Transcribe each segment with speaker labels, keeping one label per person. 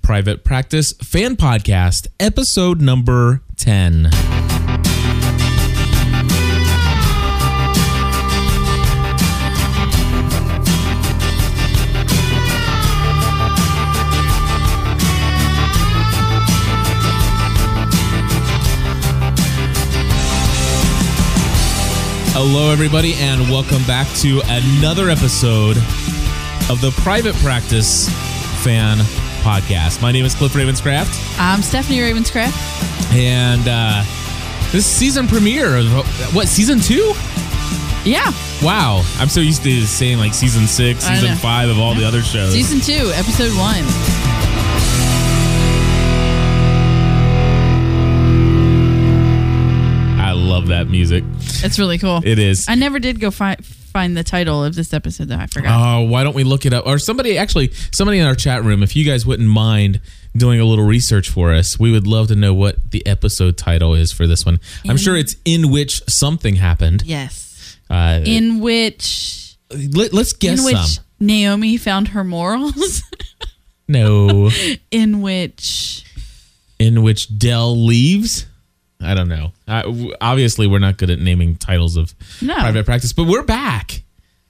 Speaker 1: Private Practice Fan Podcast, episode number 10. Hello, everybody, and welcome back to another episode of the Private Practice Fan Podcast. My name is Cliff Ravenscraft,
Speaker 2: I'm Stephanie Ravenscraft.
Speaker 1: and uh, this season premiere of what season two?
Speaker 2: Yeah,
Speaker 1: Wow, I'm so used to saying like season six,
Speaker 2: I
Speaker 1: season
Speaker 2: know.
Speaker 1: five of all the other shows.
Speaker 2: season two, episode one.
Speaker 1: I love that music.
Speaker 2: It's really cool.
Speaker 1: It is.
Speaker 2: I never did go find find the title of this episode though. I forgot.
Speaker 1: Oh, why don't we look it up? Or somebody, actually, somebody in our chat room, if you guys wouldn't mind doing a little research for us, we would love to know what the episode title is for this one. I'm
Speaker 2: In-
Speaker 1: sure it's in which something happened.
Speaker 2: yes,
Speaker 1: Uh,
Speaker 2: in which
Speaker 1: let, us guess
Speaker 2: in which
Speaker 1: some.
Speaker 2: Naomi found her morals.
Speaker 1: No,
Speaker 2: in which
Speaker 1: in which Dell leaves. I don't know. I, w- obviously, we're not good at naming titles of
Speaker 2: No.
Speaker 1: private practice, but we're back.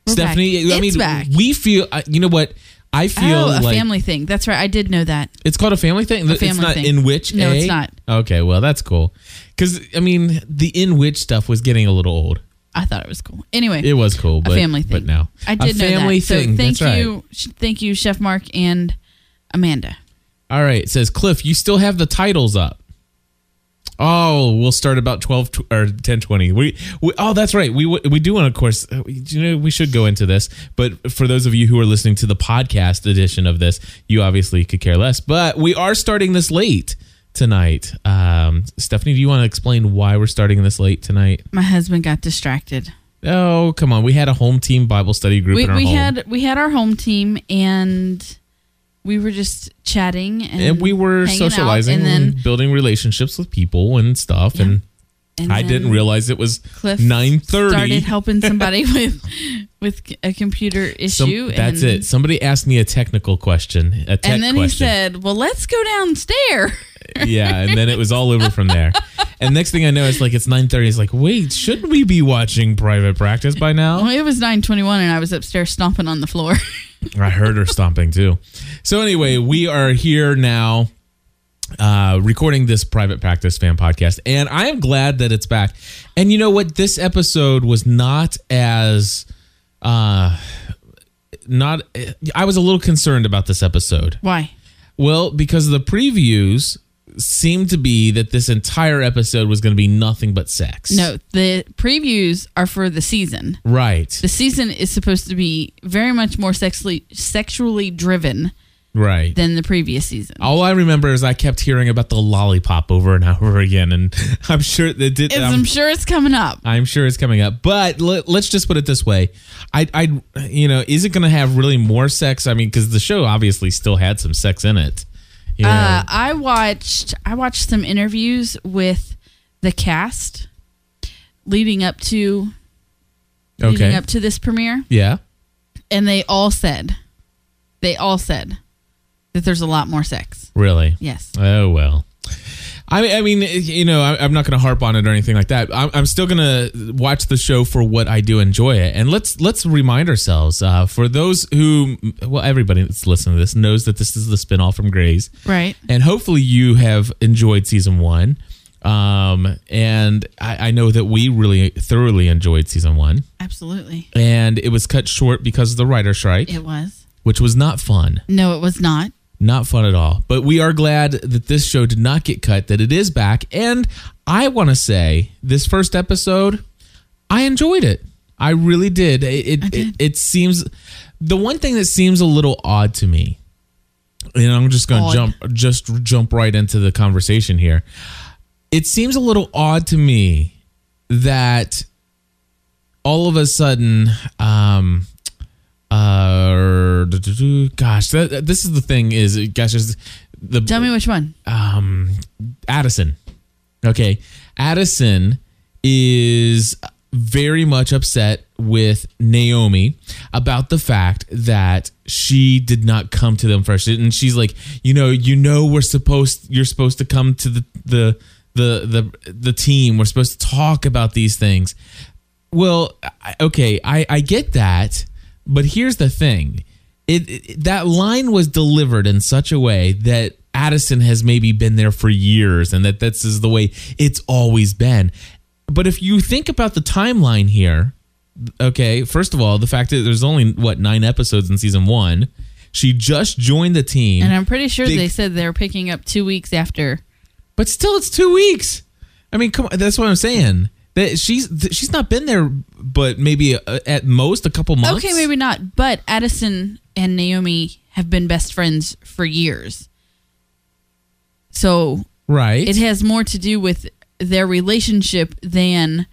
Speaker 2: We're back.
Speaker 1: Stephanie, I
Speaker 2: It's
Speaker 1: mean,
Speaker 2: back.
Speaker 1: we feel. I- You know what? I feel
Speaker 2: oh, a
Speaker 1: like
Speaker 2: family thing. That's right. I did know that.
Speaker 1: It's called a family thing. it's
Speaker 2: family
Speaker 1: not
Speaker 2: thing.
Speaker 1: in which.
Speaker 2: No,
Speaker 1: a?
Speaker 2: it's not.
Speaker 1: Okay, well that's cool. Because I mean, the in which stuff was getting a little old.
Speaker 2: I thought it was cool. Anyway,
Speaker 1: It was cool, but
Speaker 2: a family thing.
Speaker 1: But now
Speaker 2: I did
Speaker 1: a
Speaker 2: know
Speaker 1: family
Speaker 2: that.
Speaker 1: thing.
Speaker 2: So thank
Speaker 1: that's
Speaker 2: you,
Speaker 1: Right.
Speaker 2: sh- thank you, Chef Mark and Amanda.
Speaker 1: All right, it says Cliff. You still have the titles up. Oh, we'll start about twelve tw- or ten twenty. We, we oh, that's right. We w- we do want, of course. uh, we- You know, we should go into this, but for those of you who are listening to the podcast edition of this, you obviously could care less. But we are starting this late tonight. Um, Stephanie, do you want to explain why we're starting this late tonight?
Speaker 2: My husband got distracted.
Speaker 1: Oh, come on. We had a home team Bible study group
Speaker 2: we,
Speaker 1: in our
Speaker 2: we
Speaker 1: home,
Speaker 2: had we had our home team and we were just chatting and,
Speaker 1: and we were
Speaker 2: hanging out,
Speaker 1: socializing
Speaker 2: and
Speaker 1: and,
Speaker 2: then
Speaker 1: building relationships with people and stuff and.
Speaker 2: and
Speaker 1: I
Speaker 2: then
Speaker 1: didn't realize it was
Speaker 2: Cliff
Speaker 1: nine
Speaker 2: started
Speaker 1: thirty.
Speaker 2: helping somebody with with a computer issue
Speaker 1: That's
Speaker 2: and,
Speaker 1: it. Somebody asked me a technical question, a tech
Speaker 2: and then he
Speaker 1: question.
Speaker 2: said well let's go downstairs
Speaker 1: yeah, and then it was all over from there. And next thing I know, it's like it's nine thirty. It's like, wait, shouldn't we be watching Private Practice by now?
Speaker 2: well, it was 921 and i was upstairs stomping on the floor
Speaker 1: I heard her stomping too. So anyway, we are here now uh recording this private practice fan podcast and I am glad that it's back. And you know what this episode was not as uh not I was a little concerned about this episode.
Speaker 2: why
Speaker 1: Well, because the previews seemed to be that this entire episode was going to be nothing but sex.
Speaker 2: no the previews are for the season
Speaker 1: Right.
Speaker 2: the season is supposed to be very much more sexually sexually driven
Speaker 1: Right.
Speaker 2: than the previous season
Speaker 1: All I remember is I kept hearing about the lollipop over and over again, and I'm sure that did.
Speaker 2: It's-
Speaker 1: I'm,
Speaker 2: I'm sure it's coming up.
Speaker 1: I'm sure it's coming up, but let, let's just put it this way: I, I, you know, is it going to have really more sex? I mean, because the show obviously still had some sex in it. You know,
Speaker 2: Uh, I watched I watched some interviews with the cast leading up to leading
Speaker 1: okay,
Speaker 2: up to this premiere,
Speaker 1: yeah,
Speaker 2: and they all said they all said that there's a lot more sex.
Speaker 1: really,
Speaker 2: Yes,
Speaker 1: Oh well. I mean, I mean, you know, I, I'm not going to harp on it or anything like that. I'm, I'm still going to watch the show for what I do enjoy it, and let's let's remind ourselves uh, for those who, well, everybody that's listening to this knows that this is the spinoff from Grays,
Speaker 2: right.
Speaker 1: and hopefully you have enjoyed season one. Um, and I, I know that we really thoroughly enjoyed season one,
Speaker 2: Absolutely,
Speaker 1: and it was cut short because of the writer strike,
Speaker 2: it was.
Speaker 1: which was not fun.
Speaker 2: No, it was not.
Speaker 1: Not fun at all. But we are glad that this show did not get cut, that it is back. And I want to say this first episode, I enjoyed it. I really did. It, it,
Speaker 2: did.
Speaker 1: It, it seems the one thing that seems a little odd to me, and I'm just going
Speaker 2: Odd.
Speaker 1: to jump just jump right into the conversation here. It seems a little odd to me that all of a sudden, um, uh, gosh, that, this is the thing is, gosh, is the
Speaker 2: Tell me which one.
Speaker 1: um, Addison. Okay. Addison is very much upset with Naomi about the fact that she did not come to them first, and she's like, you know, you know, we're supposed, you're supposed to come to the the the the, the team. We're supposed to talk about these things. Well, I, okay, I I get that, but here's the thing. It, it that line was delivered in such a way that Addison has maybe been there for years and that this is the way it's always been. But if you think about the timeline here, okay, first of all, the fact that there's only what nine episodes in season one, she just joined the team,
Speaker 2: And I'm pretty sure
Speaker 1: They-
Speaker 2: they, said they're picking up two weeks after.
Speaker 1: but still it's two weeks. I mean, come on, that's what I'm saying. That she's th- she's not been there, but maybe uh at most a couple months.
Speaker 2: Okay, maybe not, but Addison and Naomi have been best friends for years. So
Speaker 1: right.
Speaker 2: it has more to do with their relationship than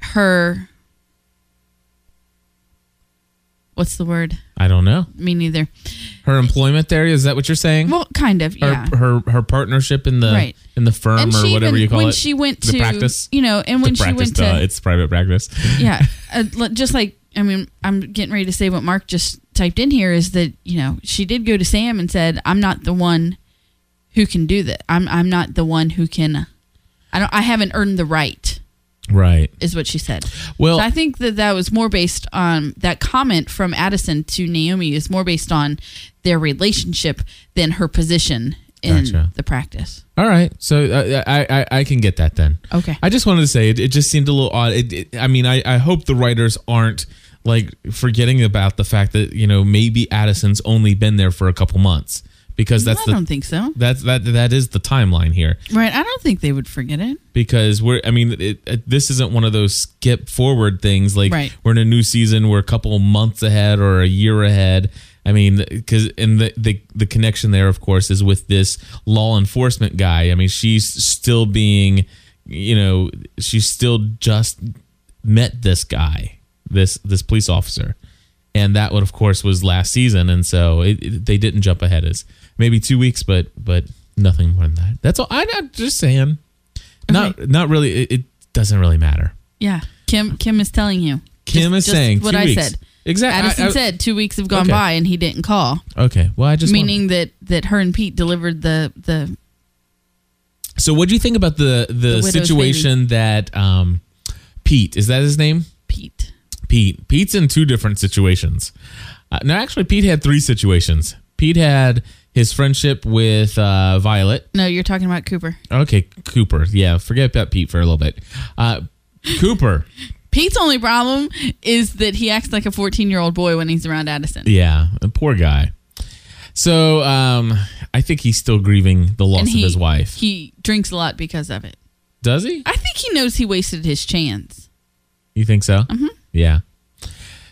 Speaker 2: her. What's the word?
Speaker 1: I don't know
Speaker 2: Me neither.
Speaker 1: her employment there. Is that what you're saying?
Speaker 2: Well, kind of,
Speaker 1: her,
Speaker 2: yeah.
Speaker 1: her her partnership in the
Speaker 2: Right.
Speaker 1: in the firm
Speaker 2: and
Speaker 1: or
Speaker 2: she
Speaker 1: whatever
Speaker 2: even,
Speaker 1: you call
Speaker 2: when
Speaker 1: it.
Speaker 2: she went
Speaker 1: the
Speaker 2: to
Speaker 1: practice.
Speaker 2: you know, and when
Speaker 1: the
Speaker 2: she
Speaker 1: practice,
Speaker 2: went to
Speaker 1: uh, it's private practice.
Speaker 2: yeah, uh, l- just like I mean, I'm getting ready to say what Mark just typed in here is that you know she did go to Sam and said, "I'm not the one who can do that. I'm I'm not the one who can. I don't. I haven't earned the right."
Speaker 1: Right.
Speaker 2: Is what she said.
Speaker 1: Well,
Speaker 2: So I think that that was more based on that comment from Addison to Naomi is more based on their relationship than her position in
Speaker 1: Gotcha.
Speaker 2: the practice.
Speaker 1: all right. So uh, I, I I can get that then.
Speaker 2: Okay.
Speaker 1: I just wanted to say it, it just seemed a little odd. It, it, I mean, I, I hope the writers aren't like forgetting about the fact that you know maybe Addison's only been there for a couple months because that's
Speaker 2: I
Speaker 1: the
Speaker 2: don't think so.
Speaker 1: that's that that is the timeline here
Speaker 2: Right. I don't think they would forget it.
Speaker 1: because we're I mean it, it, this isn't one of those skip forward things like
Speaker 2: Right.
Speaker 1: we're in a new season we're a couple months ahead or a year ahead I mean because and the, the the connection there of course is with this law enforcement guy I mean she's still being you know she's still just met this guy this this police officer and that one of course was last season and so it, it- they didn't jump ahead as maybe two weeks but but nothing more than that that's all I, i'm just saying not not really it, it doesn't really matter
Speaker 2: Yeah. Kim Kim is telling you.
Speaker 1: kim is
Speaker 2: Just- just
Speaker 1: saying
Speaker 2: what
Speaker 1: two
Speaker 2: I
Speaker 1: weeks.
Speaker 2: said.
Speaker 1: exactly
Speaker 2: Addison said two weeks have gone
Speaker 1: Okay.
Speaker 2: by and he didn't call,
Speaker 1: okay well i just want-
Speaker 2: meaning that that her and Pete delivered the the
Speaker 1: so what do you think about the the,
Speaker 2: The widow's
Speaker 1: situation that um pete is that his name
Speaker 2: Pete.
Speaker 1: Pete. Pete's in two different situations. Uh, no, actually, Pete had three situations. Pete had his friendship with uh, Violet.
Speaker 2: No, you're talking about Cooper.
Speaker 1: Okay, Cooper. Yeah, forget about Pete for a little bit. Uh, Cooper.
Speaker 2: Pete's only problem is that he acts like a 14 year old boy when he's around Addison.
Speaker 1: Yeah, the poor guy. So um, I think he's still grieving the loss
Speaker 2: and he,
Speaker 1: of his wife.
Speaker 2: He drinks a lot because of it.
Speaker 1: Does he?
Speaker 2: I think he knows he wasted his chance.
Speaker 1: You think so?
Speaker 2: Mm-hmm.
Speaker 1: Yeah.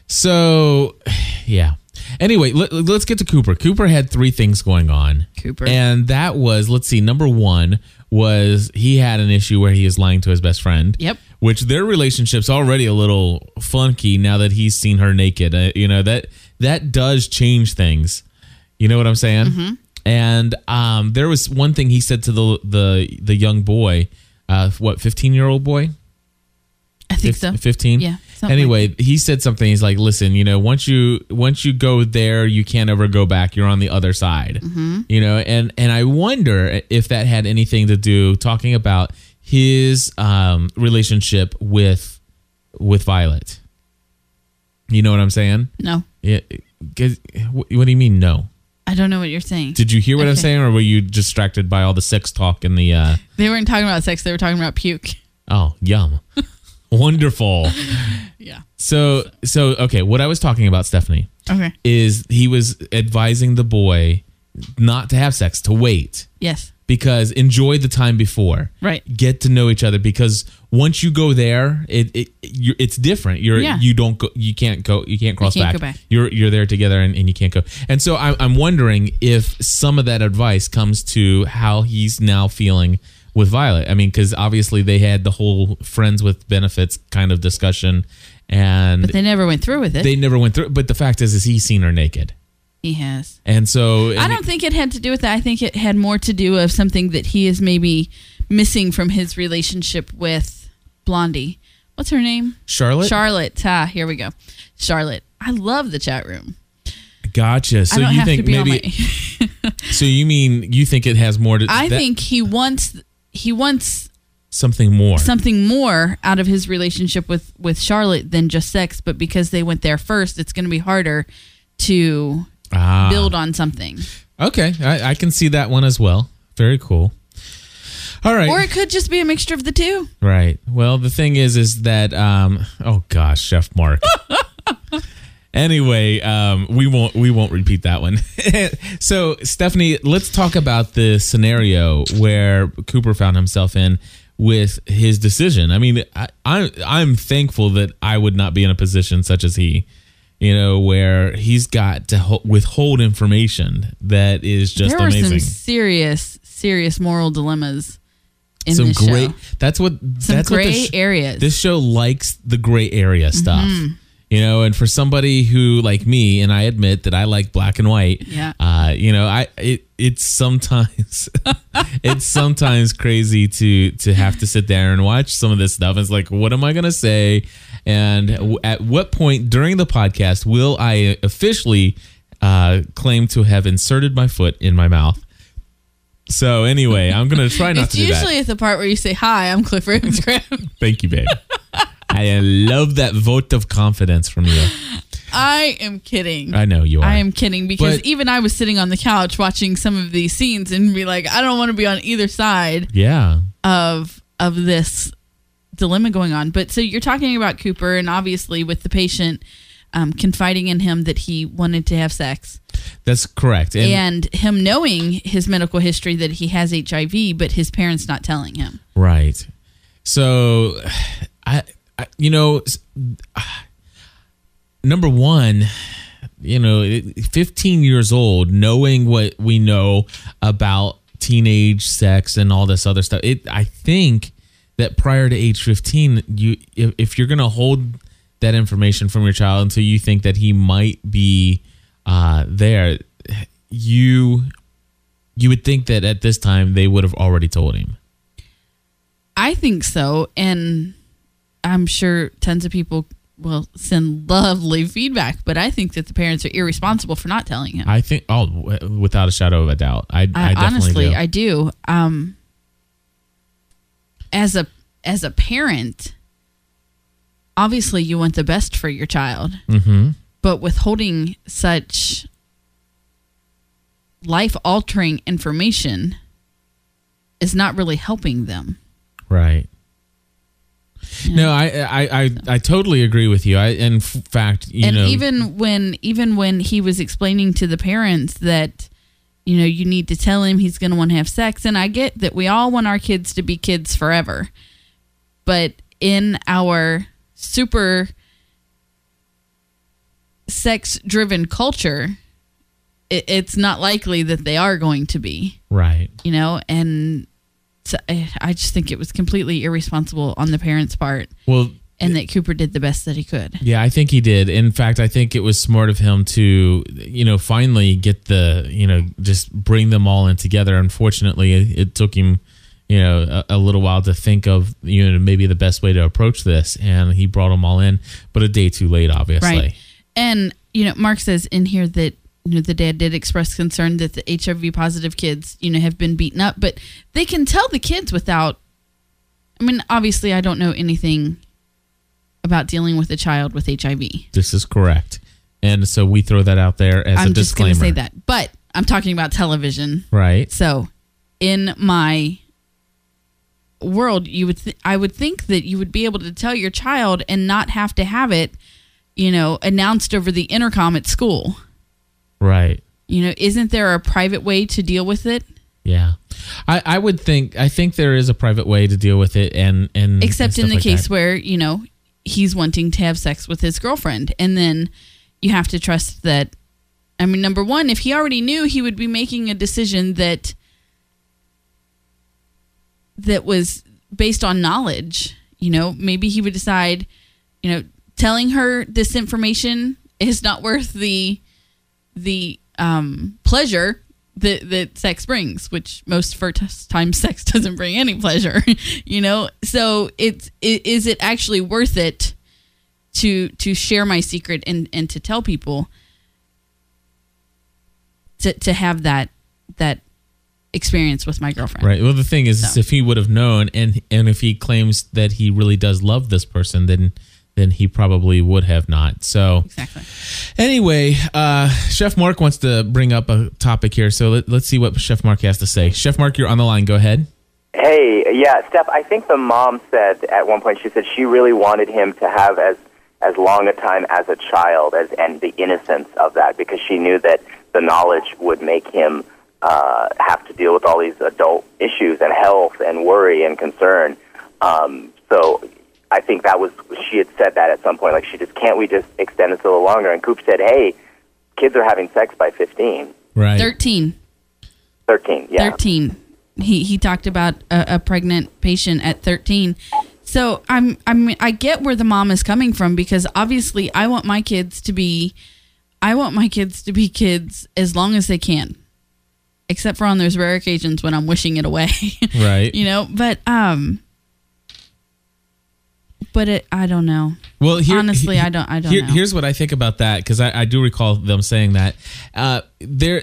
Speaker 1: So, yeah. Anyway, let, let's get to Cooper. Cooper had three things going on.
Speaker 2: Cooper.
Speaker 1: And that was, let's see, number one was he had an issue where he is lying to his best friend.
Speaker 2: Yep.
Speaker 1: Which their relationship's already a little funky now that he's seen her naked. Uh, you know, that that does change things. You know what I'm saying?
Speaker 2: Mm-hmm.
Speaker 1: And um, there was one thing he said to the the the young boy, uh, what, 15 year old boy?
Speaker 2: I think so.
Speaker 1: 15
Speaker 2: Yeah, something
Speaker 1: anyway he said something he's like listen you know once you once you go there you can't ever go back you're on the other side
Speaker 2: Mm-hmm.
Speaker 1: you know and and i wonder if that had anything to do talking about his um relationship with with violet you know what i'm saying
Speaker 2: No,
Speaker 1: yeah 'cause- what what do you mean no
Speaker 2: I don't know what you're saying.
Speaker 1: did you hear what i'm
Speaker 2: Okay.
Speaker 1: saying or were you distracted by all the sex talk and the uh
Speaker 2: they weren't talking about sex, they were talking about puke.
Speaker 1: oh yum wonderful
Speaker 2: Yeah.
Speaker 1: So so okay, what I was talking about, Stephanie,
Speaker 2: Okay.
Speaker 1: is he was advising the boy not to have sex, to wait
Speaker 2: Yes.
Speaker 1: because enjoy the time before.
Speaker 2: Right.
Speaker 1: Get to know each other because once you go there, it, it you it's different. You're
Speaker 2: Yeah.
Speaker 1: you don't go, you can't go you can't cross
Speaker 2: can't
Speaker 1: back.
Speaker 2: go back.
Speaker 1: You're you're there together and, and you can't go. And so I'm I'm wondering if some of that advice comes to how he's now feeling with Violet. I mean, because obviously they had the whole friends with benefits kind of discussion, and
Speaker 2: But they never went through with it.
Speaker 1: they never went through. But the fact is, is he's seen her naked,
Speaker 2: he has.
Speaker 1: and so
Speaker 2: I don't think it had to do with that. I think it had more to do of something that he is maybe missing from his relationship with Blondie what's her name?
Speaker 1: Charlotte?
Speaker 2: Charlotte. Ah, here we go. Charlotte. I love the chat room.
Speaker 1: gotcha. So
Speaker 2: I don't
Speaker 1: you
Speaker 2: have
Speaker 1: think
Speaker 2: to be
Speaker 1: maybe
Speaker 2: on my.
Speaker 1: so you mean you think it has more to
Speaker 2: I
Speaker 1: that-
Speaker 2: think he wants he wants
Speaker 1: something more.
Speaker 2: something more out of his relationship with with Charlotte than just sex, but because they went there first, it's going to be harder to
Speaker 1: ah.
Speaker 2: build on something.
Speaker 1: Okay, I, I can see that one as well. Very cool. All right.
Speaker 2: Or it could just be a mixture of the two.
Speaker 1: Right. Well, the thing is, is that um, oh gosh, Chef Mark. anyway, um, we won't we won't repeat that one. so, Stephanie, let's talk about the scenario where Cooper found himself in with his decision. I mean, I, I I'm thankful that I would not be in a position such as he. You know, where he's got to ho- withhold information that is just
Speaker 2: there were
Speaker 1: amazing.
Speaker 2: some serious serious moral dilemmas in
Speaker 1: Some
Speaker 2: this
Speaker 1: great.
Speaker 2: show.
Speaker 1: That's what.
Speaker 2: Some
Speaker 1: that's
Speaker 2: gray
Speaker 1: what the sh-
Speaker 2: areas.
Speaker 1: this show likes the gray area stuff
Speaker 2: Mm-hmm.
Speaker 1: you know and for somebody who like me and i admit that i like black and white
Speaker 2: Yeah.
Speaker 1: uh, you know i it, it's sometimes it's sometimes crazy to to have to sit there and watch some of this stuff it's like what am i going to say and w- at what point during the podcast will i officially uh, claim to have inserted my foot in my mouth so anyway i'm going to try not
Speaker 2: it's
Speaker 1: to do that
Speaker 2: usually at the part where you say, "Hi, I'm Cliff Ravenscraft.
Speaker 1: Thank you, babe. I love that vote of confidence from you.
Speaker 2: I am kidding."
Speaker 1: I know you are.
Speaker 2: I am kidding because
Speaker 1: But-
Speaker 2: even I was sitting on the couch watching some of these scenes and be like, I don't want to be on either side
Speaker 1: Yeah.
Speaker 2: of of this dilemma going on. But so you're talking about Cooper and obviously with the patient um, confiding in him that he wanted to have sex
Speaker 1: That's correct. And,
Speaker 2: and him knowing his medical history that he has HIV, but his parents not telling him.
Speaker 1: right. So I, I you know s- uh, number 1 you know it- 15 years old knowing what we know about teenage sex and all this other stuff it i think that prior to age 15 you if, if you're going to hold that information from your child until you think that he might be uh, there you you would think that at this time they would have already told him
Speaker 2: I think so. And I'm sure tons of people will send lovely feedback, but I think that the parents are irresponsible for not telling him.
Speaker 1: i think oh w- without a shadow of a doubt i, I,
Speaker 2: I,
Speaker 1: definitely
Speaker 2: honestly,
Speaker 1: do.
Speaker 2: I do. Um, as a as a parent, obviously you want the best for your child,
Speaker 1: mm-hmm.
Speaker 2: but withholding such life altering information is not really helping them.
Speaker 1: Right.
Speaker 2: Yeah.
Speaker 1: No, I, I I I totally agree with you. I in f- fact, you
Speaker 2: and
Speaker 1: know,
Speaker 2: even when even when he was explaining to the parents that you know you need to tell him he's going to want to have sex and i get that we all want our kids to be kids forever but in our super sex driven culture it, it's not likely that they are going to be
Speaker 1: right.
Speaker 2: you know and so I I just think it was completely irresponsible on the parents' part,
Speaker 1: Well,
Speaker 2: and that Cooper did the best that he could.
Speaker 1: yeah, I think he did. In fact, I think it was smart of him to, you know, finally get the, you know, just bring them all in together. Unfortunately, it, it took him, you know, a, a little while to think of, you know, maybe the best way to approach this, and he brought them all in, but a day too late, obviously.
Speaker 2: Right. And you know, Mark says in here that you know the dad did express concern that the HIV positive kids you know have been beaten up, but they can tell the kids without. I mean, obviously, I don't know anything about dealing with a child with HIV.
Speaker 1: This is correct, and so we throw that out there as
Speaker 2: I'm
Speaker 1: a
Speaker 2: just
Speaker 1: disclaimer.
Speaker 2: going to say that, but I'm talking about television.
Speaker 1: Right.
Speaker 2: So, in my world, you would th- I would think that you would be able to tell your child and not have to have it, you know, announced over the intercom at school.
Speaker 1: Right.
Speaker 2: you know isn't there a private way to deal with it
Speaker 1: Mm, Yeah, I, I would think I think there is a private way to deal with it, and and
Speaker 2: except
Speaker 1: and
Speaker 2: in the
Speaker 1: stuff like
Speaker 2: case
Speaker 1: that.
Speaker 2: where you know he's wanting to have sex with his girlfriend and then you have to trust that i mean number one if he already knew he would be making a decision that that was based on knowledge you know maybe he would decide you know telling her this information is not worth the the um pleasure that that sex brings, which most first time sex doesn't bring any pleasure, you know. So it's i- is it actually worth it to to share my secret and and to tell people to to have that that experience with my girlfriend,
Speaker 1: Right. Well, the thing is, is if he would have known, and and if he claims that he really does love this person, then then he probably would have not. So
Speaker 2: Exactly.
Speaker 1: anyway, uh, Chef Mark wants to bring up a topic here. So let, let's see what Chef Mark has to say. Chef Mark, you're on the line. Go ahead.
Speaker 3: Hey, yeah, Steph. I think the mom said at one point she said she really wanted him to have as as long a time as a child as and the innocence of that because she knew that the knowledge would make him uh, have to deal with all these adult issues and health and worry and concern. Um, so I think that was she had said that at some point. Like she just can't we just extend this a little longer? And Coop said, "Hey, kids are having sex by fifteen,
Speaker 1: Right.
Speaker 2: Thirteen.
Speaker 3: thirteen, yeah."
Speaker 2: 13 he he talked about a, a pregnant patient at 13 so i'm i mean i get where the mom is coming from because obviously i want my kids to be i want my kids to be kids as long as they can except for on those rare occasions when i'm wishing it away
Speaker 1: Right.
Speaker 2: you know but um but it i don't know
Speaker 1: Well, here,
Speaker 2: Honestly, I don't- I don't know.
Speaker 1: Here's what I think about that because I, I do recall them saying that. Uh, there,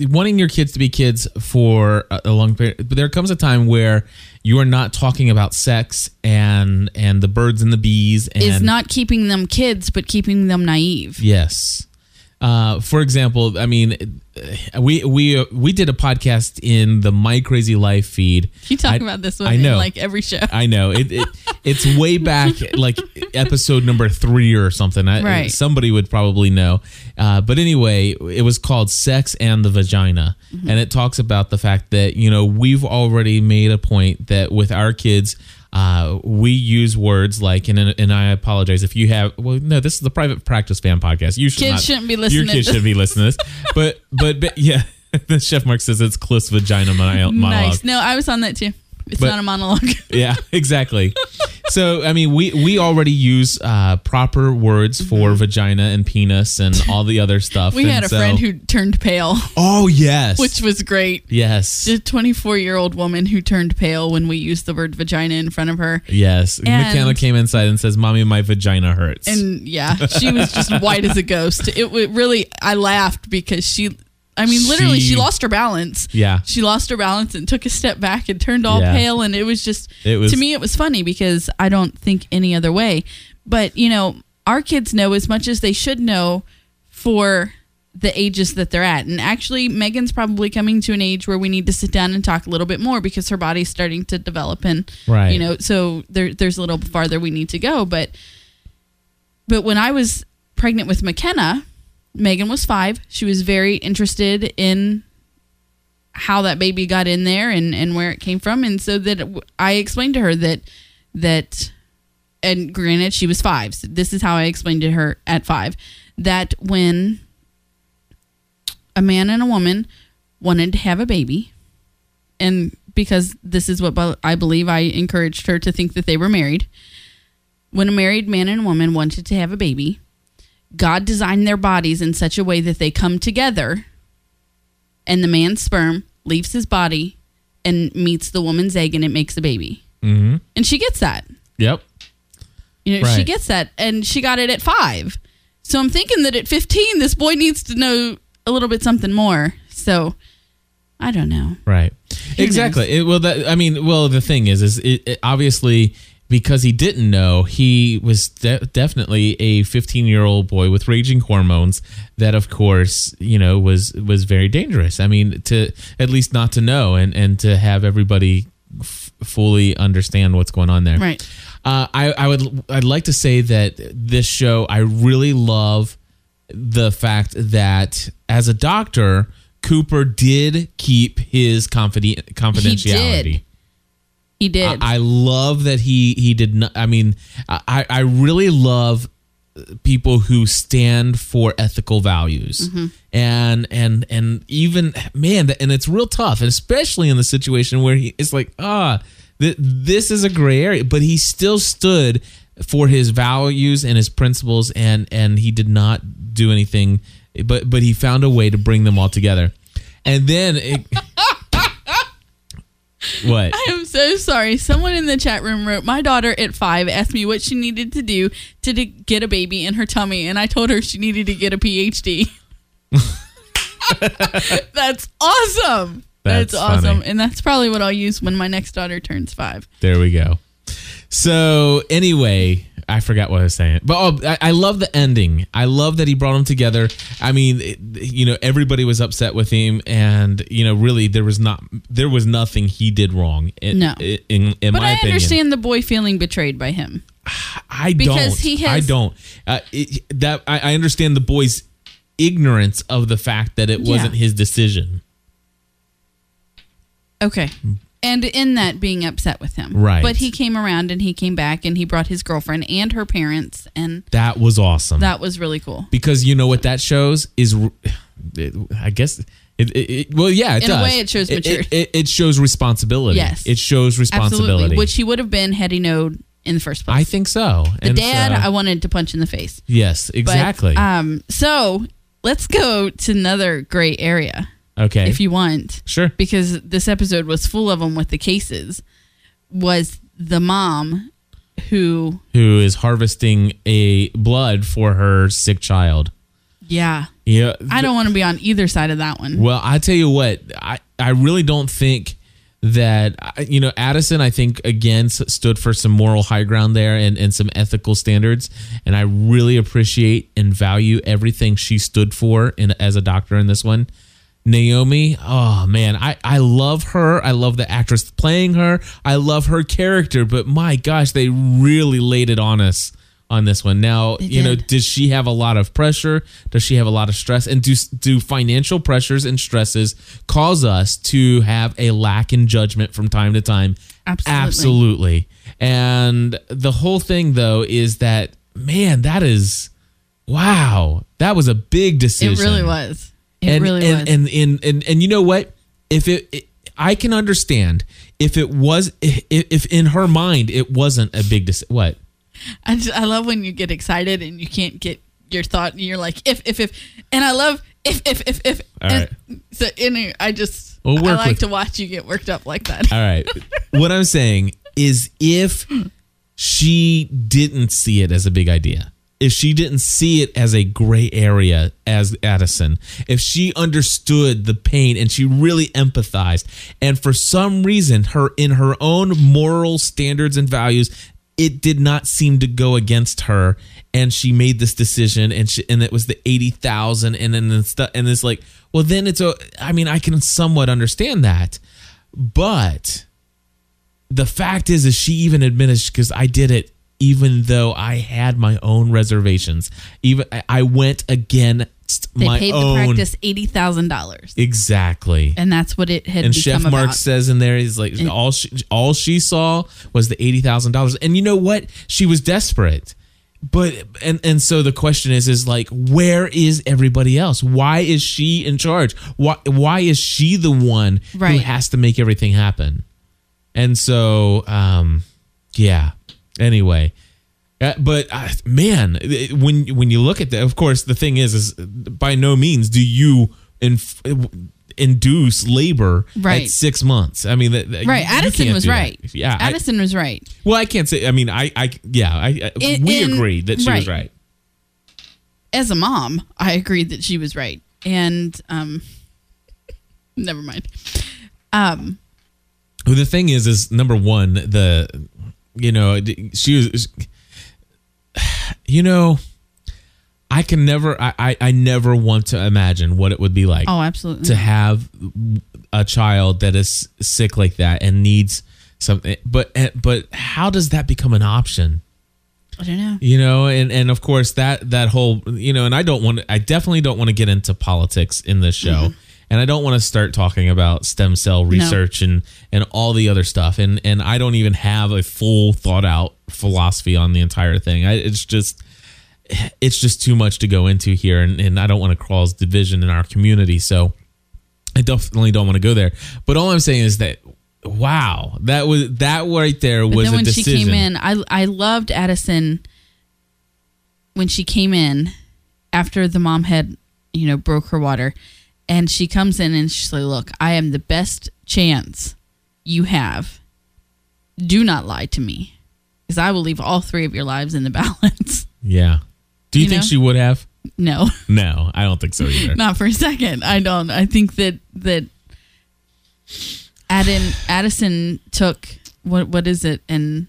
Speaker 1: wanting your kids to be kids for a, a long period, but there comes a time where you are not talking about sex and and the birds and the bees and
Speaker 2: is not keeping them kids but keeping them naive
Speaker 1: Yes. Uh, for example, I mean, uh, we we uh, we did a podcast in the My Crazy Life feed.
Speaker 2: you talk
Speaker 1: I-
Speaker 2: about this one
Speaker 1: I know.
Speaker 2: in like every show
Speaker 1: I know it, it. It's way back, like episode number three or something. I,
Speaker 2: Right.
Speaker 1: Somebody would probably know. Uh, but anyway, it was called "Sex and the Vagina,"
Speaker 2: Mm-hmm.
Speaker 1: and it talks about the fact that you know we've already made a point that with our kids. Uh, we use words like, and and I apologize if you have. Well, no, this is the private practice fan podcast. You should
Speaker 2: Kids
Speaker 1: not-
Speaker 2: shouldn't be listening
Speaker 1: Your kids
Speaker 2: to
Speaker 1: shouldn't be listening to this. But but, but yeah, the chef Mark says it's Cliff's vagina monologue.
Speaker 2: Nice. No, I was on that too. It's
Speaker 1: But-
Speaker 2: not a monologue.
Speaker 1: yeah, exactly. so I mean, we we already use uh, proper words for vagina and penis and all the other stuff.
Speaker 2: Mm-hmm. We
Speaker 1: and
Speaker 2: had a
Speaker 1: so-
Speaker 2: friend who turned pale,
Speaker 1: Oh yes,
Speaker 2: which was great.
Speaker 1: yes,
Speaker 2: A 24 year old woman who turned pale when we used the word vagina in front of her.
Speaker 1: yes. McKenna
Speaker 2: and-
Speaker 1: came inside and says, "Mommy, my vagina hurts."
Speaker 2: And yeah, she was just white as a ghost. It wa- really, I laughed because she, I mean, literally, she,
Speaker 1: She-
Speaker 2: lost her balance.
Speaker 1: Yeah.
Speaker 2: She lost her balance and took a step back and turned all
Speaker 1: Yeah.
Speaker 2: pale. And it was just,
Speaker 1: It was-
Speaker 2: to me, it was funny because I don't think any other way. But, you know, our kids know as much as they should know for the ages that they're at. And actually, Megan's probably coming to an age where we need to sit down and talk a little bit more because her body's starting to develop. And,
Speaker 1: Right.
Speaker 2: you know, so there, there's a little farther we need to go. But, but when I was pregnant with McKenna, Megan was five. She was very interested in how that baby got in there and, and where it came from. And so that w- I explained to her that, that, and granted, she was five. So this is how I explained to her at five that when a man and a woman wanted to have a baby, and because this is what bu- I believe, I encouraged her to think that they were married. When a married man and woman wanted to have a baby, God designed their bodies in such a way that they come together, and the man's sperm leaves his body and meets the woman's egg, and it makes a baby.
Speaker 1: Mhm.
Speaker 2: And she gets that.
Speaker 1: yep.
Speaker 2: You know, she
Speaker 1: Right.
Speaker 2: gets that, and she got it at five. So I'm thinking that at 15, this boy needs to know a little bit something more. So I don't know.
Speaker 1: Right. Exactly. It, well, that, I mean, well, the thing is, is it, it- obviously because he didn't know, he was de- definitely a 15 year old boy with raging hormones. That, of course, you know, was was very dangerous. I mean, to at least not to know and and to have everybody f- fully understand what's going on there.
Speaker 2: Right.
Speaker 1: Uh, I, I would I'd like to say that this show I really love the fact that as a doctor Cooper did keep his confide- confidentiality.
Speaker 2: He did.
Speaker 1: I, I love that he he did not. I mean, I I really love people who stand for ethical values
Speaker 2: Mm-hmm.
Speaker 1: and and and even man and it's real tough and especially in the situation where he it's like ah th- this is a gray area but he still stood for his values and his principles and and he did not do anything but but he found a way to bring them all together and then it. what?
Speaker 2: I am so sorry. Someone in the chat room wrote, My daughter at five asked me what she needed to do to d- get a baby in her tummy, and I told her she needed to get a PhD. that's awesome. That's,
Speaker 1: That's
Speaker 2: awesome.
Speaker 1: funny.
Speaker 2: And that's probably what I'll use when my next daughter turns five.
Speaker 1: There we go. So anyway, I forgot what I was saying, but oh, I, I love the ending. I love that he brought them together. I mean, it- you know, everybody was upset with him, and you know, really, there was not, there was nothing he did wrong. In,
Speaker 2: No.
Speaker 1: in, in,
Speaker 2: But
Speaker 1: my
Speaker 2: I
Speaker 1: opinion,
Speaker 2: understand the boy feeling betrayed by him.
Speaker 1: I
Speaker 2: because
Speaker 1: don't.
Speaker 2: he has-
Speaker 1: I don't. Uh, it, that I, I understand the boy's ignorance of the fact that it
Speaker 2: Yeah.
Speaker 1: wasn't his decision.
Speaker 2: Okay. And in that being upset with him.
Speaker 1: Right.
Speaker 2: But he came around and he came back and he brought his girlfriend and her parents, and
Speaker 1: That was awesome.
Speaker 2: that was really cool.
Speaker 1: because you know what that shows is it- i guess it, it, it- well yeah it
Speaker 2: In a
Speaker 1: does
Speaker 2: way, it shows maturity.
Speaker 1: it, it, it shows responsibility
Speaker 2: Yes.
Speaker 1: it shows responsibility
Speaker 2: Absolutely, which he would have been had he known in the first place.
Speaker 1: i think so
Speaker 2: the dad
Speaker 1: so-
Speaker 2: I wanted to punch in the face.
Speaker 1: yes
Speaker 2: But,
Speaker 1: exactly
Speaker 2: um, so let's go to another gray area
Speaker 1: okay
Speaker 2: if you want,
Speaker 1: sure
Speaker 2: because this episode was full of them with the cases. Was the mom who?
Speaker 1: who is harvesting a blood for her sick child
Speaker 2: Yeah,
Speaker 1: yeah
Speaker 2: I don't want to be on either side of that one.
Speaker 1: Well, I tell you what, I, I really don't think that I- you know Addison. I think again s- stood for some moral high ground there and and some ethical standards, and I really appreciate and value everything she stood for in as a doctor in this one. Naomi, oh man, I, I love her. I love the actress playing her. I love her character, but my gosh, they really laid it on us on this one. Now, you know,
Speaker 2: did.
Speaker 1: does she have a lot of pressure? Does she have a lot of stress? And do do financial pressures and stresses cause us to have a lack in judgment from time to time?
Speaker 2: Absolutely.
Speaker 1: Absolutely. And the whole thing though is that man, that is wow. That was a big decision
Speaker 2: It really was. It
Speaker 1: and,
Speaker 2: really
Speaker 1: and,
Speaker 2: was.
Speaker 1: And, and and and you know what? If it, it I can understand if it was if, if in her mind it wasn't a big dis- what
Speaker 2: I just, I love when you get excited and you can't get your thought and you're like if if if and I love if if if if
Speaker 1: All
Speaker 2: and so anyway, I just
Speaker 1: We'll
Speaker 2: I
Speaker 1: work
Speaker 2: like
Speaker 1: with-
Speaker 2: to watch you get worked up like that.
Speaker 1: All right. what I'm saying is if she didn't see it as a big idea, if she didn't see it as a gray area as Addison, if she understood the pain and she really empathized, and for some reason her in her own moral standards and values, it did not seem to go against her and she made this decision and she, and it was the 80,000 and then the stuff and it's like well then it's a I mean I can somewhat understand that but the fact is, is she even admitted because I did it, even though I had my own reservations. Even I- I went against
Speaker 2: They
Speaker 1: my
Speaker 2: paid
Speaker 1: own.
Speaker 2: the practice eighty thousand dollars,
Speaker 1: Exactly.
Speaker 2: and that's what it had
Speaker 1: And
Speaker 2: become
Speaker 1: Chef Mark
Speaker 2: about.
Speaker 1: says in there, he's like, all she, all she saw was the eighty thousand dollars, and you know what? She was desperate. But and and so the question is is like where is everybody else? Why is she in charge? Why why is she the one who
Speaker 2: Right.
Speaker 1: has to make everything happen? And so um yeah. Anyway, uh, but uh, man, it- when when you look at that, of course, the thing is, is by no means do you inf- uh, induce labor
Speaker 2: Right.
Speaker 1: at six months. I mean, that, that-
Speaker 2: Right,
Speaker 1: you
Speaker 2: Addison
Speaker 1: can't
Speaker 2: was
Speaker 1: do that.
Speaker 2: right.
Speaker 1: Yeah, I-
Speaker 2: Addison was right.
Speaker 1: well, I can't say. I mean, I, I yeah, I, I
Speaker 2: In-
Speaker 1: we
Speaker 2: in-
Speaker 1: agreed that she was right.
Speaker 2: right. As a mom, I agreed that she was right, and um, never mind. Um,
Speaker 1: Well, the thing is, is number one, the you know d- she was, you know, I can never, I, I, I never want to imagine what it would be like.
Speaker 2: oh, absolutely.
Speaker 1: to have a child that is sick like that and needs something but but how does that become an option
Speaker 2: I don't know.
Speaker 1: you know and and of course that that whole you know and i don't want to i definitely don't want to get into politics in this show
Speaker 2: Mm-hmm.
Speaker 1: and i don't want to start talking about stem cell research and and all the other stuff and and i don't even have a full thought out philosophy on the entire thing I, it's just it's just too much to go into here and, and i don't want to cause division in our community so I definitely don't want to go there. But all I'm saying is that wow, that was that right there
Speaker 2: But
Speaker 1: was
Speaker 2: then
Speaker 1: a
Speaker 2: when
Speaker 1: decision.
Speaker 2: she came in, I I loved Addison when she came in after the mom had you know broke her water, And she comes in and she's like, Look, I am the best chance you have. Do not lie to me, because I will leave all three of your lives in the balance.
Speaker 1: Yeah. Do you,
Speaker 2: You
Speaker 1: think
Speaker 2: know?
Speaker 1: she would have?
Speaker 2: no.
Speaker 1: No, I don't think so either.
Speaker 2: not for a second. I don't. I think that that Addin, Addison took what what is it? And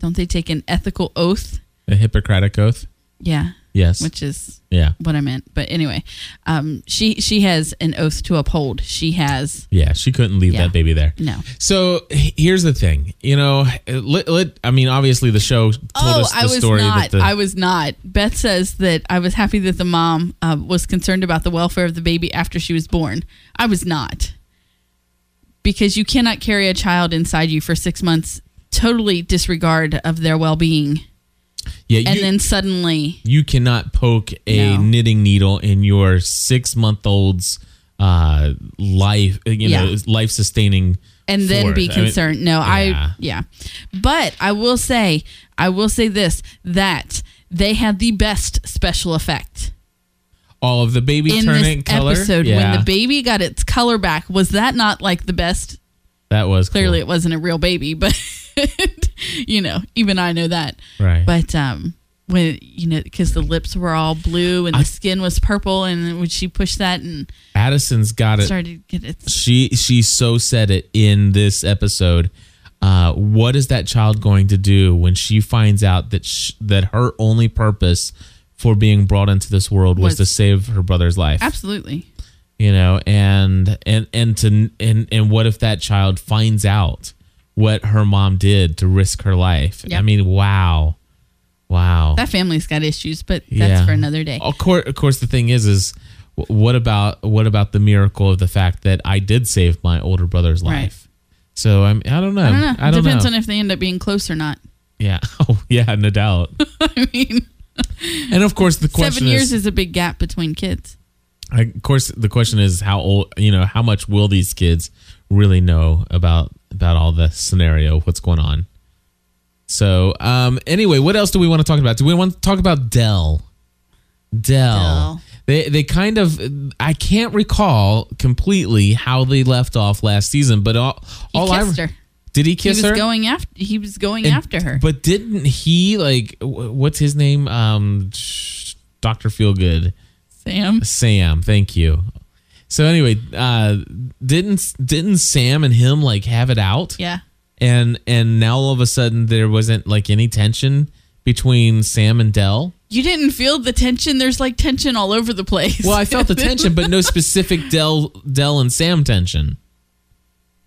Speaker 2: don't they take an ethical oath?
Speaker 1: A Hippocratic oath?
Speaker 2: Yeah,
Speaker 1: Yes.
Speaker 2: which is
Speaker 1: yeah.
Speaker 2: what I meant. But anyway, um, she she has an oath to uphold. She has
Speaker 1: Yeah, she couldn't leave
Speaker 2: Yeah.
Speaker 1: that baby there.
Speaker 2: no.
Speaker 1: So h- here's the thing, you know, let, let, I mean, obviously the show told
Speaker 2: Oh,
Speaker 1: us the
Speaker 2: I was
Speaker 1: story
Speaker 2: not.
Speaker 1: that the,
Speaker 2: I was not. Beth says that I was happy that the mom uh, was concerned about the welfare of the baby after she was born. I was not. Because you cannot carry a child inside you for six months, totally disregard of their well being,
Speaker 1: yeah,
Speaker 2: and
Speaker 1: you,
Speaker 2: then suddenly,
Speaker 1: you cannot poke a
Speaker 2: No.
Speaker 1: knitting needle in your six month old's uh, life, you know,
Speaker 2: Yeah.
Speaker 1: life sustaining.
Speaker 2: and then be concerned. no,
Speaker 1: yeah.
Speaker 2: I, yeah. But I will say, I will say this that they had the best special effect.
Speaker 1: all of the baby
Speaker 2: In
Speaker 1: turning
Speaker 2: this
Speaker 1: color.
Speaker 2: episode,
Speaker 1: yeah,
Speaker 2: when the baby got its color back, was that not like the best
Speaker 1: that was
Speaker 2: clearly
Speaker 1: cool.
Speaker 2: it wasn't a real baby but you know even i know that
Speaker 1: right.
Speaker 2: but um when you know because the lips were all blue and
Speaker 1: I-
Speaker 2: the skin was purple and then when she pushed that and
Speaker 1: Addison's got it.
Speaker 2: started to get its
Speaker 1: She she so said it in this episode. Uh, what is that child going to do when she finds out that sh- that her only purpose for being brought into this world was,
Speaker 2: Was-
Speaker 1: to save her brother's life?
Speaker 2: absolutely
Speaker 1: You know, and and and to and and what if that child finds out what her mom did to risk her life?
Speaker 2: Yep.
Speaker 1: I mean, wow, wow.
Speaker 2: that family's got issues but that's
Speaker 1: Yeah.
Speaker 2: for another day
Speaker 1: Of course, of course, the thing is, is wh- what about what about the miracle of the fact that I did save my older brother's
Speaker 2: Right.
Speaker 1: life? So I'm, I don't know,
Speaker 2: i don't know it depends on if they end up being close or not
Speaker 1: yeah, oh yeah, no doubt.
Speaker 2: i mean
Speaker 1: and of course, the question
Speaker 2: seven years
Speaker 1: is,
Speaker 2: is a big gap between kids
Speaker 1: of course, the question is how old, you know, how much will these kids really know about about all the scenario, what's going on? So, um, anyway, what else do we want to talk about? Do we want to talk about Dell? Dell.
Speaker 2: Dell.
Speaker 1: They they kind of I can't recall completely how they left off last season, but all
Speaker 2: he
Speaker 1: all
Speaker 2: kissed
Speaker 1: I
Speaker 2: her
Speaker 1: did he
Speaker 2: he
Speaker 1: kiss
Speaker 2: was
Speaker 1: her?
Speaker 2: going after he was going
Speaker 1: And-
Speaker 2: after her
Speaker 1: But didn't he like wh- what's his name? Um, Doctor Feelgood.
Speaker 2: sam
Speaker 1: Sam, thank you. So anyway, uh, didn't didn't Sam and him like have it out?
Speaker 2: yeah
Speaker 1: And and now all of a sudden there wasn't like any tension between Sam and Dell.
Speaker 2: you didn't feel the tension there's like tension all over the place
Speaker 1: Well, I felt the tension, but no specific Dell Dell and Sam tension.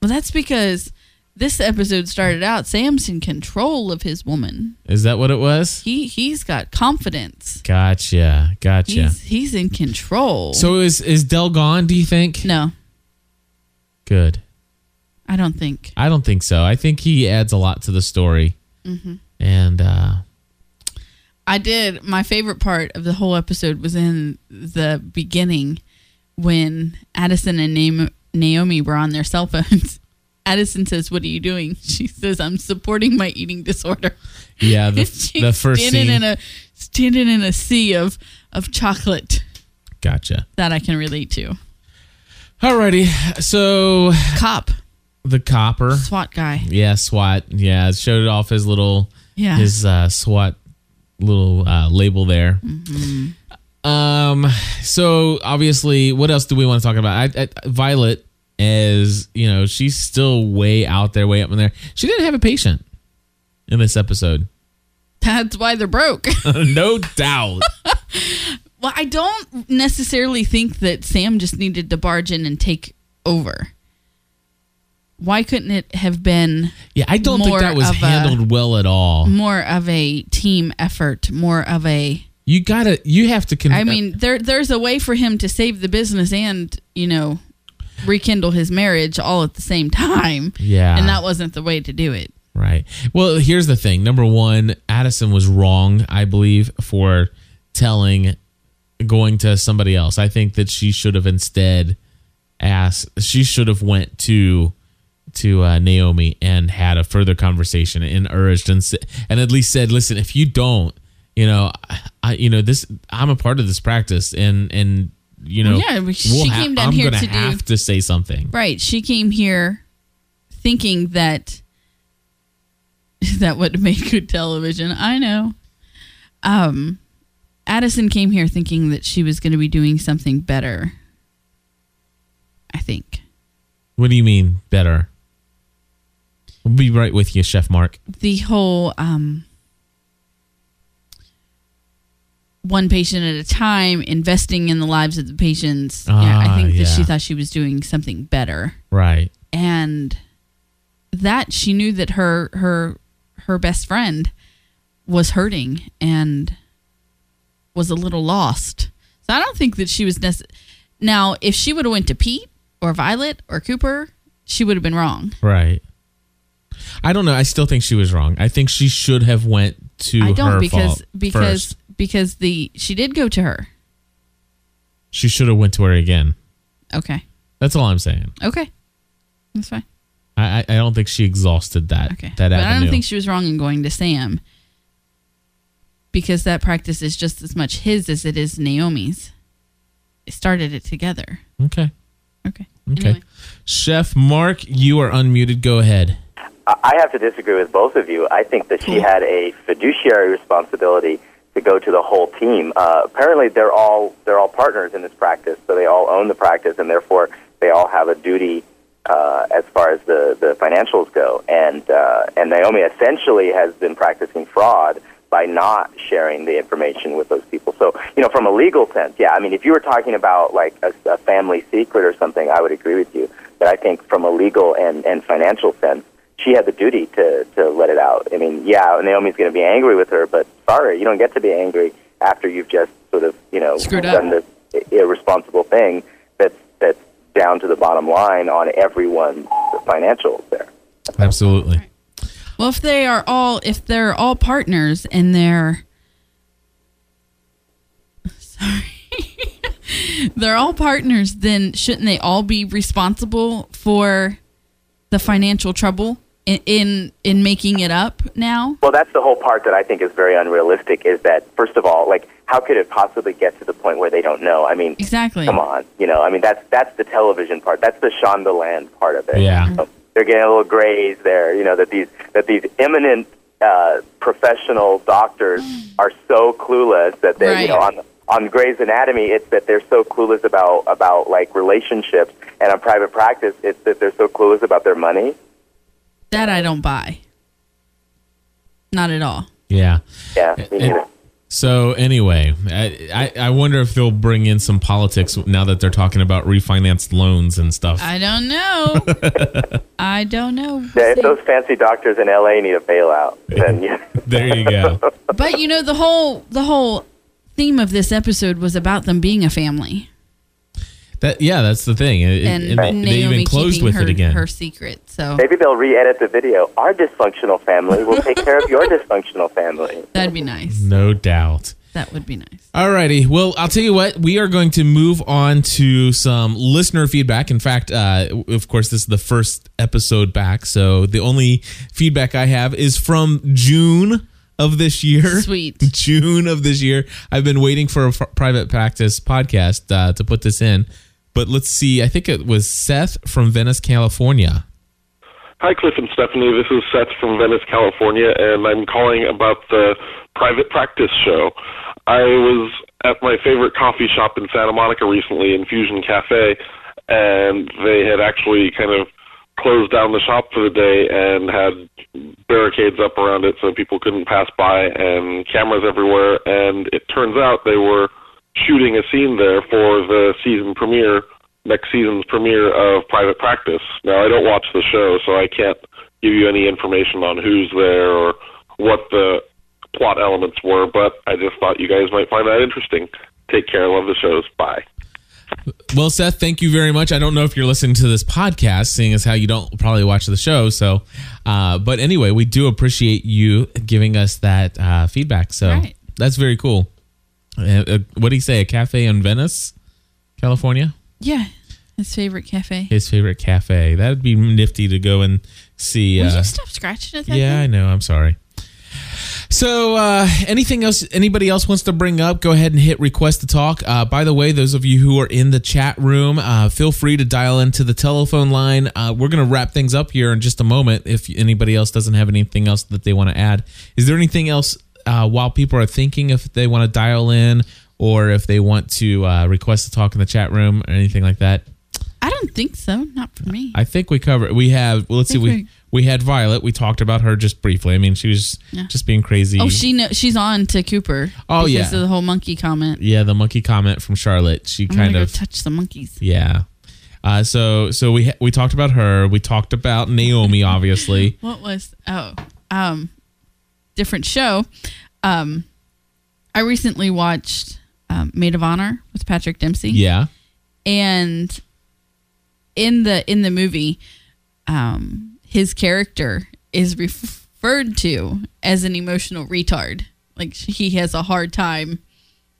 Speaker 2: Well, that's because this episode started out Sam's in control of his woman.
Speaker 1: Is that what it was?
Speaker 2: He he's got confidence.
Speaker 1: Gotcha, gotcha.
Speaker 2: He's he's in control.
Speaker 1: so is is Dell gone? Do you think?
Speaker 2: no,
Speaker 1: Good.
Speaker 2: I don't think.
Speaker 1: I don't think so. I think he adds a lot to the story.
Speaker 2: Mm-hmm.
Speaker 1: And uh,
Speaker 2: I did. My favorite part of the whole episode was in the beginning when Addison and Naomi, Naomi were on their cell phones. Addison says, "What are you doing?" She says, "I'm supporting my eating disorder."
Speaker 1: yeah, the,
Speaker 2: She's
Speaker 1: the first
Speaker 2: standing
Speaker 1: scene.
Speaker 2: in a standing in a sea of of chocolate
Speaker 1: gotcha.
Speaker 2: that I can relate to.
Speaker 1: Alrighty. So
Speaker 2: Cop.
Speaker 1: the copper.
Speaker 2: SWAT guy.
Speaker 1: Yeah, SWAT. Yeah, showed off his little
Speaker 2: Yeah.
Speaker 1: his uh, SWAT little uh, label there.
Speaker 2: Mm-hmm.
Speaker 1: Um. So obviously, what else do we want to talk about? I, I, Violet is you know she's still way out there, way up in there. She didn't have a patient in this episode,
Speaker 2: That's why they're broke.
Speaker 1: no doubt.
Speaker 2: well, I don't necessarily think that Sam just needed to barge in and take over. Why couldn't it have been
Speaker 1: Yeah, I don't think
Speaker 2: More
Speaker 1: that was
Speaker 2: of a-
Speaker 1: handled well at all.
Speaker 2: more of a team effort, more of a
Speaker 1: You gotta, you have to. Con-
Speaker 2: I mean, there there's a way for him to save the business and, you know, rekindle his marriage all at the same time.
Speaker 1: yeah,
Speaker 2: And that wasn't the way to do it.
Speaker 1: Right. Well, here's the thing. Number one, Addison was wrong, I believe, for telling going to somebody else. I think that she should have instead asked. She should have went to to uh, Naomi and had a further conversation and urged and s- and at least said, "Listen, if you don't, you know, I, you know this. I'm a part of this practice, and and you know,
Speaker 2: Well, yeah, we- she came down
Speaker 1: I'm
Speaker 2: here
Speaker 1: gonna
Speaker 2: to do-
Speaker 1: have to say something.
Speaker 2: Right. She came here thinking that that would make good television. I know. Um, Addison came here thinking that she was going to be doing something better. I think
Speaker 1: What do you mean better? We'll be right with you, Chef Mark.
Speaker 2: the whole um, one patient at a time, investing in the lives of the patients. yeah,
Speaker 1: Ah,
Speaker 2: I think that she
Speaker 1: yeah.
Speaker 2: thought she was doing something better.
Speaker 1: Right.
Speaker 2: and that she knew that her her her best friend was hurting and was a little lost. So I don't think that she was necess- now if she would have went to Pete or Violet or Cooper, she would have been wrong.
Speaker 1: Right. I don't know. I still think she was wrong. I think she should have went to
Speaker 2: I don't
Speaker 1: her
Speaker 2: because
Speaker 1: fault
Speaker 2: because
Speaker 1: first.
Speaker 2: because the she did go to her.
Speaker 1: she should have went to her again.
Speaker 2: Okay.
Speaker 1: That's all I'm saying.
Speaker 2: Okay. That's fine.
Speaker 1: I I, I don't think she exhausted that
Speaker 2: Okay.
Speaker 1: that
Speaker 2: but
Speaker 1: avenue.
Speaker 2: I don't think she was wrong in going to Sam because that practice is just as much his as it is Naomi's. They started it together.
Speaker 1: okay.
Speaker 2: Okay.
Speaker 1: Okay.
Speaker 2: Anyway.
Speaker 1: Chef Mark, you are unmuted. Go ahead.
Speaker 3: I I have to disagree with both of you. I think that she had a fiduciary responsibility to go to the whole team. Uh, apparently, they're all they're all partners in this practice, so they all own the practice, and therefore they all have a duty uh, as far as the, the financials go. And uh, and Naomi essentially has been practicing fraud by not sharing the information with those people. So you know, from a legal sense, yeah. I mean, if you were talking about like a, a family secret or something, I would agree with you. But I think from a legal and, and financial sense she had the duty to, to let it out. I mean, yeah, Naomi's going to be angry with her, but sorry, you don't get to be angry after you've just sort of, you know,
Speaker 2: Screwed up.
Speaker 3: done this irresponsible thing that's, that's down to the bottom line on everyone's financials there.
Speaker 1: Absolutely.
Speaker 2: Well, if they are all if they're all partners and they're sorry, they're all partners, then shouldn't they all be responsible for the financial trouble in in, in making it up now?
Speaker 3: Well, that's the whole part that I think is very unrealistic is that, first of all, like, how could it possibly get to the point where they don't know? I mean,
Speaker 2: Exactly.
Speaker 3: come on. You know, I mean, that's, that's the television part. That's the Shondaland part of it.
Speaker 1: Yeah.
Speaker 3: So they're getting a little graze there, you know, that these, that these eminent uh, professional doctors are so clueless that they, you know,
Speaker 2: Right.
Speaker 3: on, on Grey's Anatomy, it's that they're so clueless about, about like relationships. And on private practice, it's that they're so clueless about their money.
Speaker 2: That I don't buy. Not at all.
Speaker 1: Yeah.
Speaker 3: Yeah. me
Speaker 1: And-
Speaker 3: neither.
Speaker 1: So anyway, I, I I wonder if they'll bring in some politics now that they're talking about refinanced loans and stuff.
Speaker 2: I don't know. I don't know.
Speaker 3: Yeah, if those fancy doctors in LA need a bailout, then yeah.
Speaker 1: there you go.
Speaker 2: But you know the whole the whole theme of this episode was about them being a family
Speaker 1: That yeah, that's the thing. It- it-
Speaker 2: and
Speaker 1: and they-
Speaker 2: Naomi
Speaker 1: they even closed
Speaker 2: keeping
Speaker 1: with
Speaker 2: her,
Speaker 1: it again.
Speaker 2: her secret. So
Speaker 3: maybe they'll re-edit the video. Our dysfunctional family will take care of your dysfunctional family.
Speaker 2: that'd be nice.
Speaker 1: No doubt.
Speaker 2: That would be nice.
Speaker 1: Alrighty. Well, I'll tell you what, we are going to move on to some listener feedback. In fact, uh, of course, this is the first episode back. So the only feedback I have is from June of this year.
Speaker 2: Sweet.
Speaker 1: June of this year. I've been waiting for a f- private practice podcast uh, to put this in. But let's see. I think it was Seth from Venice, California.
Speaker 4: Hi, Cliff and Stephanie. This is Seth from Venice, California, and I'm calling about the private practice show. I was at my favorite coffee shop in Santa Monica recently, Infusion Cafe, and they had actually kind of closed down the shop for the day and had barricades up around it so people couldn't pass by and cameras everywhere. And it turns out they were shooting a scene there for the season premiere, next season's premiere of Private Practice. Now, I don't watch the show, so I can't give you any information on who's there or what the plot elements were, but I just thought you guys might find that interesting. Take care. Love the shows. Bye.
Speaker 1: Well, Seth, thank you very much. I don't know if you're listening to this podcast, seeing as how you don't probably watch the show. So, uh, but anyway, we do appreciate you giving us that uh, feedback. So
Speaker 2: Right.
Speaker 1: that's very cool. Uh, uh, what do you say? A cafe in Venice, California?
Speaker 2: Yeah, his favorite cafe.
Speaker 1: His favorite cafe. That would be nifty to go and see.
Speaker 2: Will
Speaker 1: uh,
Speaker 2: you stop scratching at that?
Speaker 1: yeah, I
Speaker 2: thing?
Speaker 1: know. I'm sorry. So, uh, anything else anybody else wants to bring up, go ahead and hit request to talk. Uh, by the way, those of you who are in the chat room, uh, feel free to dial into the telephone line. Uh, we're going to wrap things up here in just a moment if anybody else doesn't have anything else that they want to add. Is there anything else uh, while people are thinking if they want to dial in or if they want to uh, request to talk in the chat room or anything like that?
Speaker 2: I don't think so. Not for me.
Speaker 1: I think we covered. We have. Well, let's see.
Speaker 2: think
Speaker 1: We we had Violet. We talked about her just briefly. I mean, she was
Speaker 2: Yeah.
Speaker 1: just being crazy.
Speaker 2: oh, she know, she's on to Cooper.
Speaker 1: Oh,
Speaker 2: because
Speaker 1: yeah.
Speaker 2: of the whole monkey comment.
Speaker 1: Yeah, the monkey comment from Charlotte. She
Speaker 2: I'm
Speaker 1: kind
Speaker 2: gonna
Speaker 1: of.
Speaker 2: go touch the monkeys.
Speaker 1: yeah. Uh, so so we ha- we talked about her. We talked about Naomi, obviously.
Speaker 2: What was oh um different show? Um, I recently watched um, Maid of Honor with Patrick Dempsey.
Speaker 1: yeah.
Speaker 2: and in the in the movie um his character is referred to as an emotional retard like he has a hard time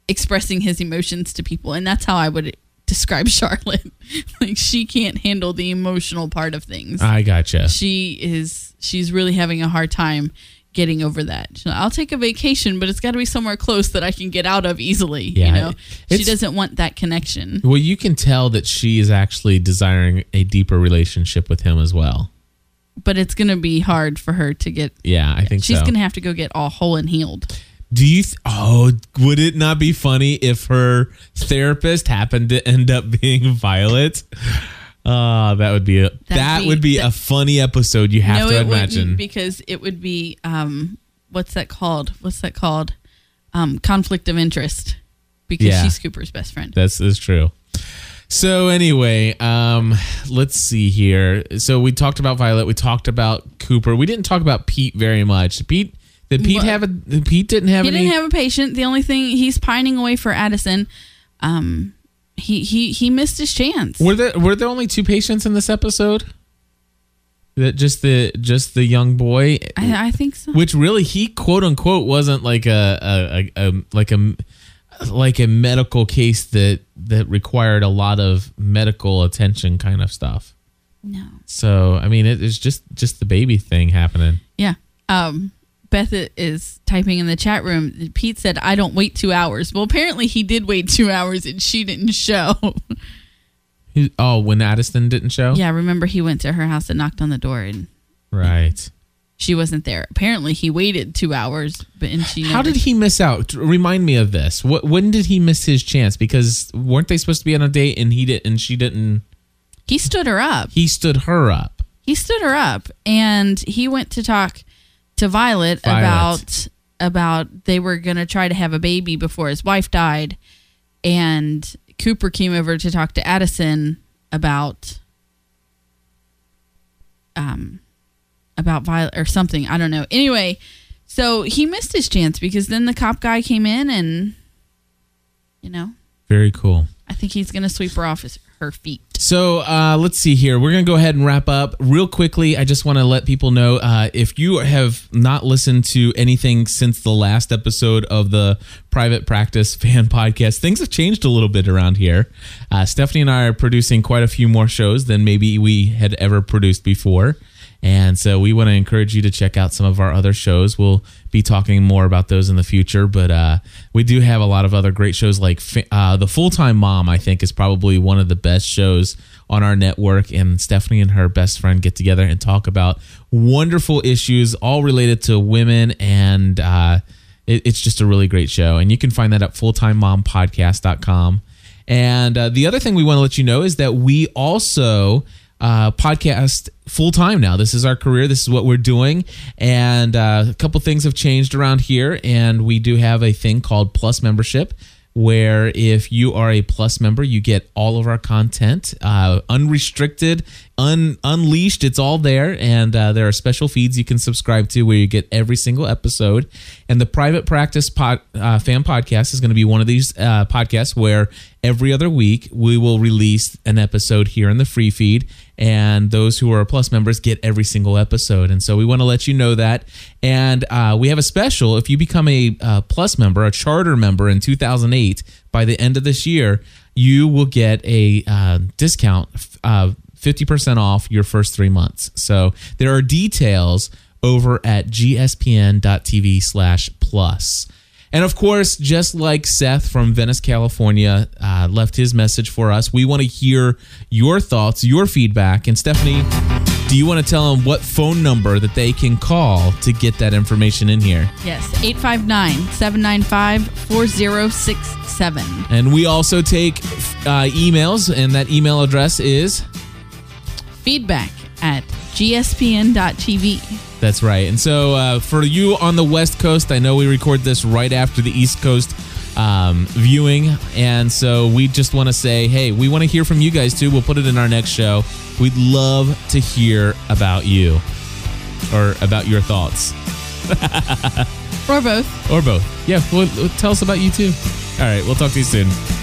Speaker 2: expressing his emotions to people and that's how i would describe charlotte like she can't handle the emotional part of things
Speaker 1: I gotcha.
Speaker 2: she is she's really having a hard time getting over that She's like, i'll take a vacation but it's got to be somewhere close that i can get out of easily
Speaker 1: Yeah,
Speaker 2: you know
Speaker 1: it-
Speaker 2: she
Speaker 1: it's-
Speaker 2: doesn't want that connection
Speaker 1: Well, you can tell that she is actually desiring a deeper relationship with him as well.
Speaker 2: but it's gonna be hard for her to get.
Speaker 1: Yeah, I think
Speaker 2: She's
Speaker 1: so.
Speaker 2: gonna have to go get all whole and healed.
Speaker 1: Do you? Th- oh, would it not be funny if her therapist happened to end up being Violet? Uh, that would be a that,
Speaker 2: be-
Speaker 1: would be a funny episode. You have
Speaker 2: no,
Speaker 1: to
Speaker 2: it
Speaker 1: imagine.
Speaker 2: wouldn't because it would be um, what's that called? What's that called? Um, conflict of interest because
Speaker 1: Yeah.
Speaker 2: she's Cooper's best friend.
Speaker 1: That's is true. So anyway, um, let's see here. So we talked about Violet. We talked about Cooper. We didn't talk about Pete very much. Pete did Pete
Speaker 2: What?
Speaker 1: have a did Pete didn't have
Speaker 2: he
Speaker 1: any.
Speaker 2: didn't have a patient. The only thing he's pining away for Addison. Um, he he he missed his chance.
Speaker 1: were there were there only two patients in this episode? That just the just the young boy
Speaker 2: I, I think so.
Speaker 1: which really he quote unquote wasn't like a, a, a, a like a like a medical case that that required a lot of medical attention kind of stuff
Speaker 2: no.
Speaker 1: so i mean it is just just the baby thing happening
Speaker 2: Yeah. Um, Beth i- is typing in the chat room. Pete said, I don't wait two hours. Well, apparently he did wait two hours and she didn't show.
Speaker 1: Who- oh when addison didn't show
Speaker 2: yeah, remember he went to her house and knocked on the door and
Speaker 1: right
Speaker 2: she wasn't there. Apparently he waited two hours, but and she.
Speaker 1: how
Speaker 2: never-
Speaker 1: did he miss out remind me of this what when did he miss his chance because weren't they supposed to be on a date and he didn't and she didn't
Speaker 2: He stood her up.
Speaker 1: he stood her up
Speaker 2: He stood her up and he went to talk to Violet,
Speaker 1: Violet.
Speaker 2: about about they were going to try to have a baby before his wife died and Cooper came over to talk to Addison about um about Violet or something, I don't know. Anyway, so he missed his chance because then the cop guy came in and you know,
Speaker 1: very cool
Speaker 2: I think he's going to sweep her off his, her feet.
Speaker 1: So uh, let's see here. We're going to go ahead and wrap up real quickly. I just want to let people know uh, if you have not listened to anything since the last episode of the Private Practice Fan Podcast, things have changed a little bit around here. Uh, Stephanie and I are producing quite a few more shows than maybe we had ever produced before. And so we want to encourage you to check out some of our other shows. We'll be talking more about those in the future, but uh, we do have a lot of other great shows like fa- uh, The Full Time Mom, I think, is probably one of the best shows on our network. And Stephanie and her best friend get together and talk about wonderful issues, all related to women. And uh, it- it's just a really great show. And you can find that at fulltimemompodcast.com. And uh, the other thing we want to let you know is that we also uh, podcast full time now. This is our career. This is what we're doing. And uh, a couple things have changed around here. And we do have a thing called Plus Membership, where if you are a Plus member, you get all of our content uh, unrestricted, un- unleashed. It's all there. And uh, there are special feeds you can subscribe to where you get every single episode. And the Private Practice pod, uh, Fan Podcast is going to be one of these uh, podcasts where every other week we will release an episode here in the free feed. And those who are Plus members get every single episode. And so we want to let you know that. And uh, we have a special. If you become a uh, Plus member, a charter member in 2008, by the end of this year, you will get a uh, discount. Uh, 50% off your first three months. So there are details, over at gspn.tv slash plus. And of course, just like Seth from Venice, California, uh, left his message for us, we want to hear your thoughts, your feedback. And Stephanie, do you want to tell them what phone number that they can call to get that information in here?
Speaker 2: Yes, 859 795 4067.
Speaker 1: And we also take uh, emails, and that email address is
Speaker 2: Feedback at gspn.tv.
Speaker 1: That's right. And so uh, for you on the West Coast, I know we record this right after the East Coast um, viewing. And so we just want to say, hey, we want to hear from you guys too. We'll put it in our next show. We'd love to hear about you or about your thoughts
Speaker 2: Or both.
Speaker 1: or both. Yeah, well, tell us about you too. All right. We'll talk to you soon.